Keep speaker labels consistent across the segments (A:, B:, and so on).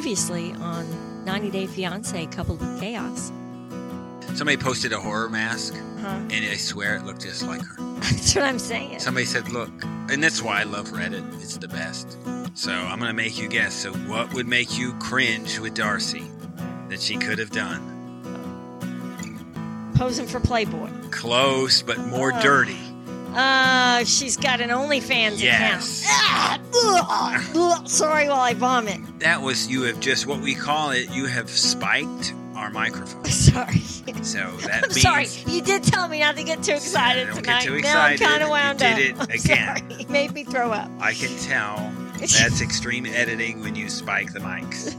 A: previously on 90 Day Fiance coupled with chaos.
B: Somebody posted a horror mask,
A: Huh?
B: and I swear it looked just like her.
A: That's what I'm saying.
B: Somebody said, "Look," and that's why I love Reddit. It's the best. So I'm gonna make you guess. So what would make you cringe with Darcy that she could have done?
A: Posing for Playboy.
B: Close, but more
A: Oh.
B: dirty.
A: Uh, she's got an OnlyFans
B: Yes.
A: account. Ah, ugh, ugh, sorry while I vomit.
B: That was you have just what we call it. You have spiked our microphone.
A: Sorry.
B: So that
A: I'm
B: means
A: sorry. You did tell me not to get too excited
B: Don't get
A: tonight.
B: too excited.
A: Now I'm kind
B: You
A: of wound up.
B: did it
A: I'm
B: again.
A: sorry. You made me throw up.
B: I can tell that's extreme editing when you spike the mics.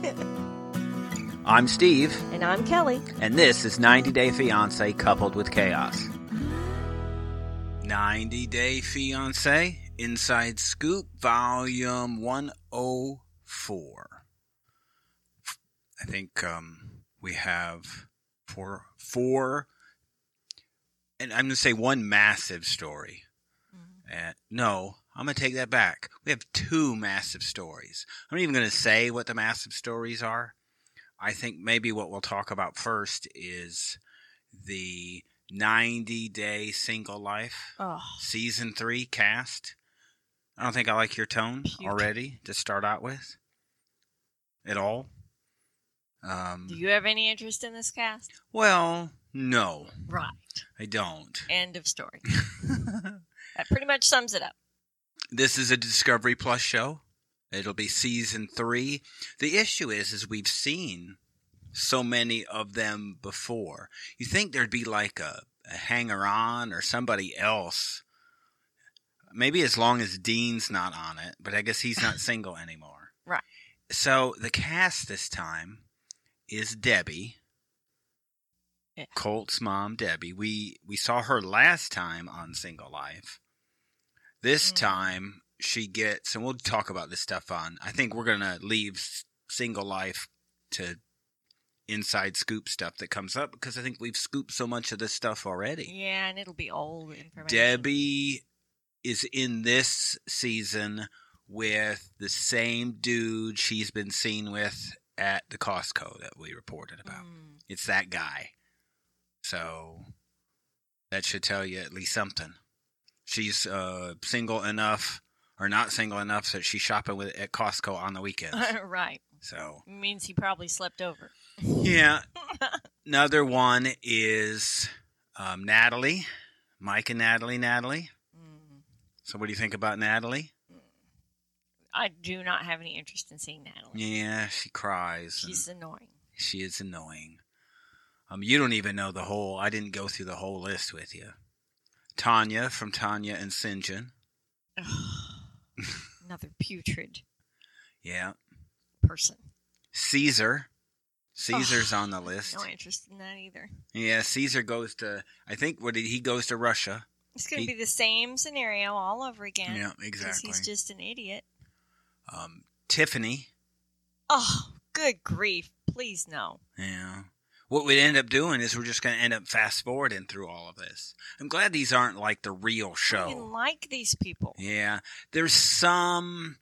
B: I'm Steve,
A: And I'm Kelly.
B: and this is 90 Day Fiance coupled with chaos. 90 Day Fiance Inside Scoop Volume 104. I think um, we have four, four, and I'm going to say one massive story. And no, I'm going to take that back. We have two massive stories. I'm not even going to say what the massive stories are. I think maybe what we'll talk about first is the 90 Day Single Life
A: Oh,
B: Season 3 cast. I don't think I like your tone
A: Puke.
B: already to start out with at all. Um,
A: do you have any interest in this cast?
B: well, no,
A: Right.
B: I don't.
A: End of story. that pretty much sums it up.
B: this is a discovery plus show it'll be season three the issue is is we've seen so many of them before you think there'd be like a, a hanger on or somebody else maybe as long as dean's not on it but i guess he's not single anymore
A: Right.
B: so the cast this time is debbie
A: Yeah.
B: colt's mom debbie we we saw her last time on single life this
A: Mm.
B: time she gets, and we'll talk about this stuff on. I think we're gonna leave s- single life to inside scoop stuff that comes up because I think we've scooped so much of this stuff already.
A: Yeah, and it'll be old information.
B: Debbie is in this season with the same dude she's been seen with at the Costco that we reported about.
A: Mm.
B: It's that guy. So that should tell you at least something. She's uh, single enough or not single enough that she's shopping with at Costco on the weekends.
A: right.
B: so
A: Means he probably slept over.
B: yeah. Another one is um, Natalie, Mike and Natalie. Natalie.
A: Mm.
B: So what do you think about Natalie?
A: I do not have any interest in seeing Natalie.
B: Yeah, she cries. and-
A: She's annoying.
B: She is annoying. Um, you don't even know the whole. I didn't go through the whole list with you. Tanya from Tanya and Sinjin.
A: Another putrid
B: Yeah.
A: person.
B: Caesar. Caesar's on the list.
A: No interest in that either.
B: Yeah, Caesar goes to. I think what did he goes to Russia?
A: It's going
B: He-
A: to be the same scenario all over again.
B: Yeah,
A: 'cause
B: exactly.
A: he's just an idiot.
B: Um, Tiffany.
A: Oh, good grief. Please, no.
B: Yeah. What we'd end up doing is we're just going to end up fast forwarding through all of this. I'm glad these aren't like the real
A: I
B: show.
A: don't even like these people.
B: Yeah, there's some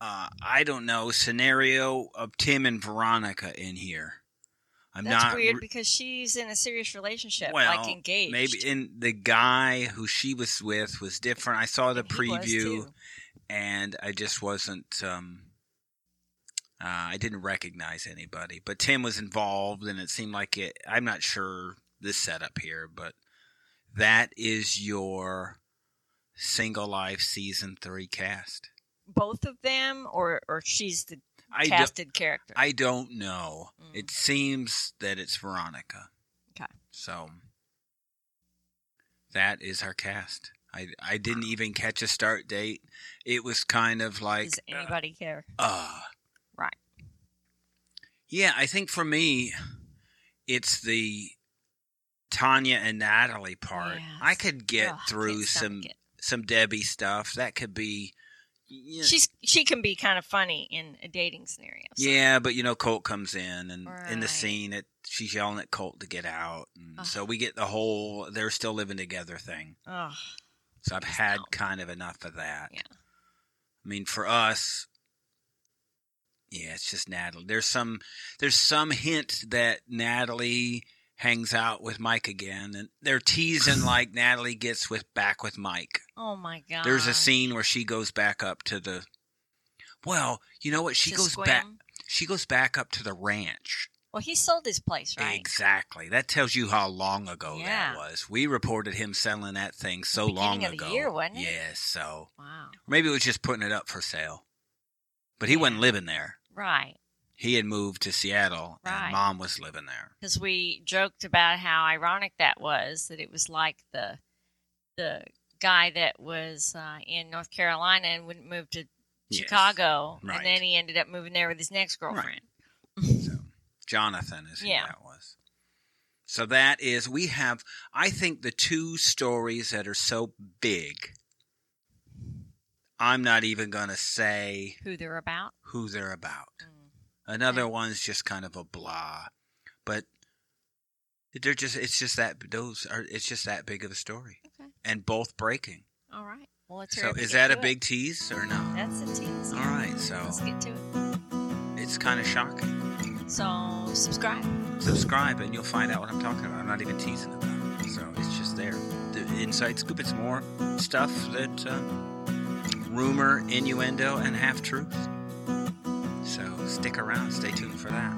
B: uh, I don't know scenario of Tim and Veronica in here. I'm
A: That's
B: not
A: weird
B: re-
A: because she's in a serious relationship,
B: well,
A: like engaged.
B: Maybe and the guy who she was with was different. I saw the
A: And he was,
B: preview
A: too.
B: and I just wasn't. Um, uh, I didn't recognize anybody, but Tim was involved, and it seemed like it. I'm not sure this setup here, but that is your single life season three cast.
A: Both of them, or, or she's the
B: I do,
A: casted character.
B: I don't know.
A: Mm.
B: It seems that it's Veronica.
A: Okay.
B: So that is our cast. I I didn't even catch a start date. It was kind of like
A: Does anybody care?
B: uh
A: Right.
B: Yeah, I think for me it's the Tanya and Natalie part.
A: Yes.
B: I could get
A: Ugh, I can't
B: through some
A: stomach it.
B: some Debbie stuff. That could be yeah,
A: she's she can be kind of funny in a dating scenario. so-
B: Yeah, but you know, Colt comes in, and in the
A: Right.
B: scene, it she's yelling at Colt to get out, and
A: Ugh.
B: so we get the whole they're still living together thing.
A: Ugh.
B: So I've had
A: No.
B: kind of enough of that.
A: Yeah.
B: I mean, for us, Yeah, it's just Natalie. There's some there's some hint that Natalie hangs out with Mike again, and they're teasing like Natalie gets with back with Mike.
A: Oh my god.
B: There's a scene where she goes back up to the. Well, you know what? She
A: To
B: goes
A: squim.
B: back. She goes back up to the ranch.
A: Well, he sold his place, right?
B: Exactly. That tells you how long ago
A: Yeah.
B: that was. We reported him selling that thing so
A: beginning
B: long
A: of the
B: ago.
A: year, wasn't it?
B: Yes. So
A: Wow.
B: maybe it was just putting it up for sale. But he
A: Yeah.
B: wasn't living there.
A: Right.
B: He had moved to Seattle,
A: Right.
B: and mom was living there.
A: because we joked about how ironic that was that it was like the the guy that was uh, in North Carolina and wouldn't move to
B: Yes.
A: Chicago,
B: Right.
A: and then he ended up moving there with his next girlfriend.
B: So Jonathan is who
A: Yeah.
B: that was. So that is we have I think the two stories that are so big. I'm not even going to say
A: Who they're about?
B: who they're about.
A: Mm.
B: Another one's just kind of a blah, but they're just it's just that those are it's just that big of a story.
A: Okay.
B: And both breaking.
A: All right. Well, let's
B: So
A: hurry up and
B: is
A: get
B: that
A: to
B: a
A: it.
B: big tease or not?
A: That's a tease.
B: All right, so
A: Let's get to it.
B: it's kind of shocking.
A: So subscribe.
B: subscribe and you'll find out what I'm talking about. I'm not even teasing about it. So it's just there. The inside scoop, it's more stuff that uh, rumor, innuendo, and half truth. So stick around, stay tuned for that.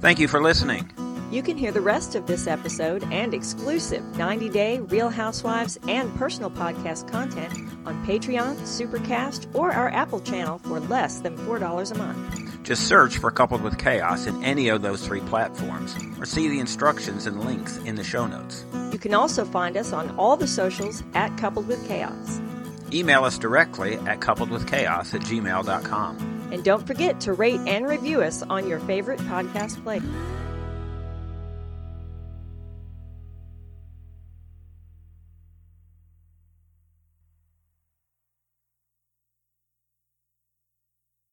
B: Thank you for listening.
C: You can hear the rest of this episode and exclusive 90 day Real Housewives and personal podcast content on Patreon, Supercast, or our Apple channel for less than $4 a month.
B: Just search for Coupled with Chaos in any of those three platforms or see the instructions and links in the show notes.
C: You can also find us on all the socials at Coupled with Chaos.
B: Email us directly at coupledwithchaos at gmail.com.
C: And don't forget to rate and review us on your favorite podcast player.